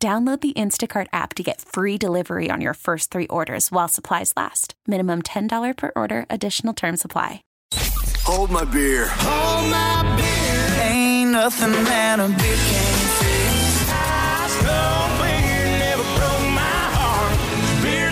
Download the Instacart app to get free delivery on your first three orders while supplies last. Minimum $10 per order, additional term supply. Hold my beer. Hold my beer. Ain't nothing that a beer can't fix. No beer never broke my heart. Beer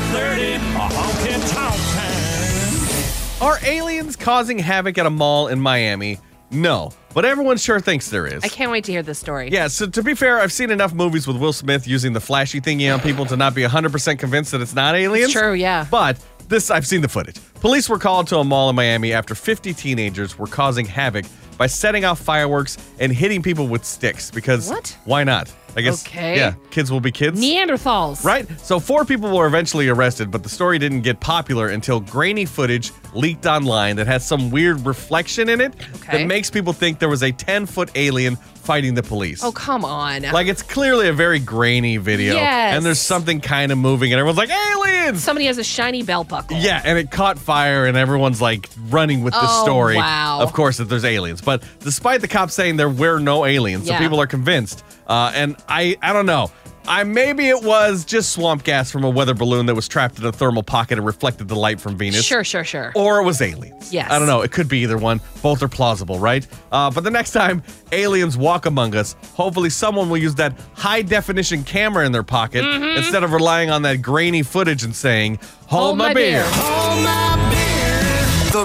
30, a honky tonk Are aliens causing havoc at a mall in Miami? No, but everyone sure thinks there is. I can't wait to hear this story. Yeah, so to be fair, I've seen enough movies with Will Smith using the flashy thingy on people to not be 100% convinced that it's not aliens. true, yeah. But this, I've seen the footage. Police were called to a mall in Miami after 50 teenagers were causing havoc by setting off fireworks and hitting people with sticks because What? why not? I guess, Okay. yeah, kids will be kids. Neanderthals. Right? So, four people were eventually arrested, but the story didn't get popular until grainy footage leaked online that has some weird reflection in it Okay. that makes people think there was a 10 foot alien fighting the police. Oh, come on. Like, it's clearly a very grainy video. Yes. And there's something kind of moving, and everyone's like, aliens! Somebody has a shiny belt buckle. Yeah, and it caught fire, and everyone's like running with the Oh, story. wow. Of course, that there's aliens, but despite the cops saying there were no aliens, Yeah. so people are convinced. Uh, and I, I don't know. I maybe it was just swamp gas from a weather balloon that was trapped in a thermal pocket and reflected the light from Venus. Sure, sure, sure. Or it was aliens. Yes. I don't know. It could be either one. Both are plausible, right? Uh, but the next time aliens walk among us, hopefully someone will use that high definition camera in their pocket Mm-hmm. instead of relying on that grainy footage and saying, Hold, my, beer. Hold my beer.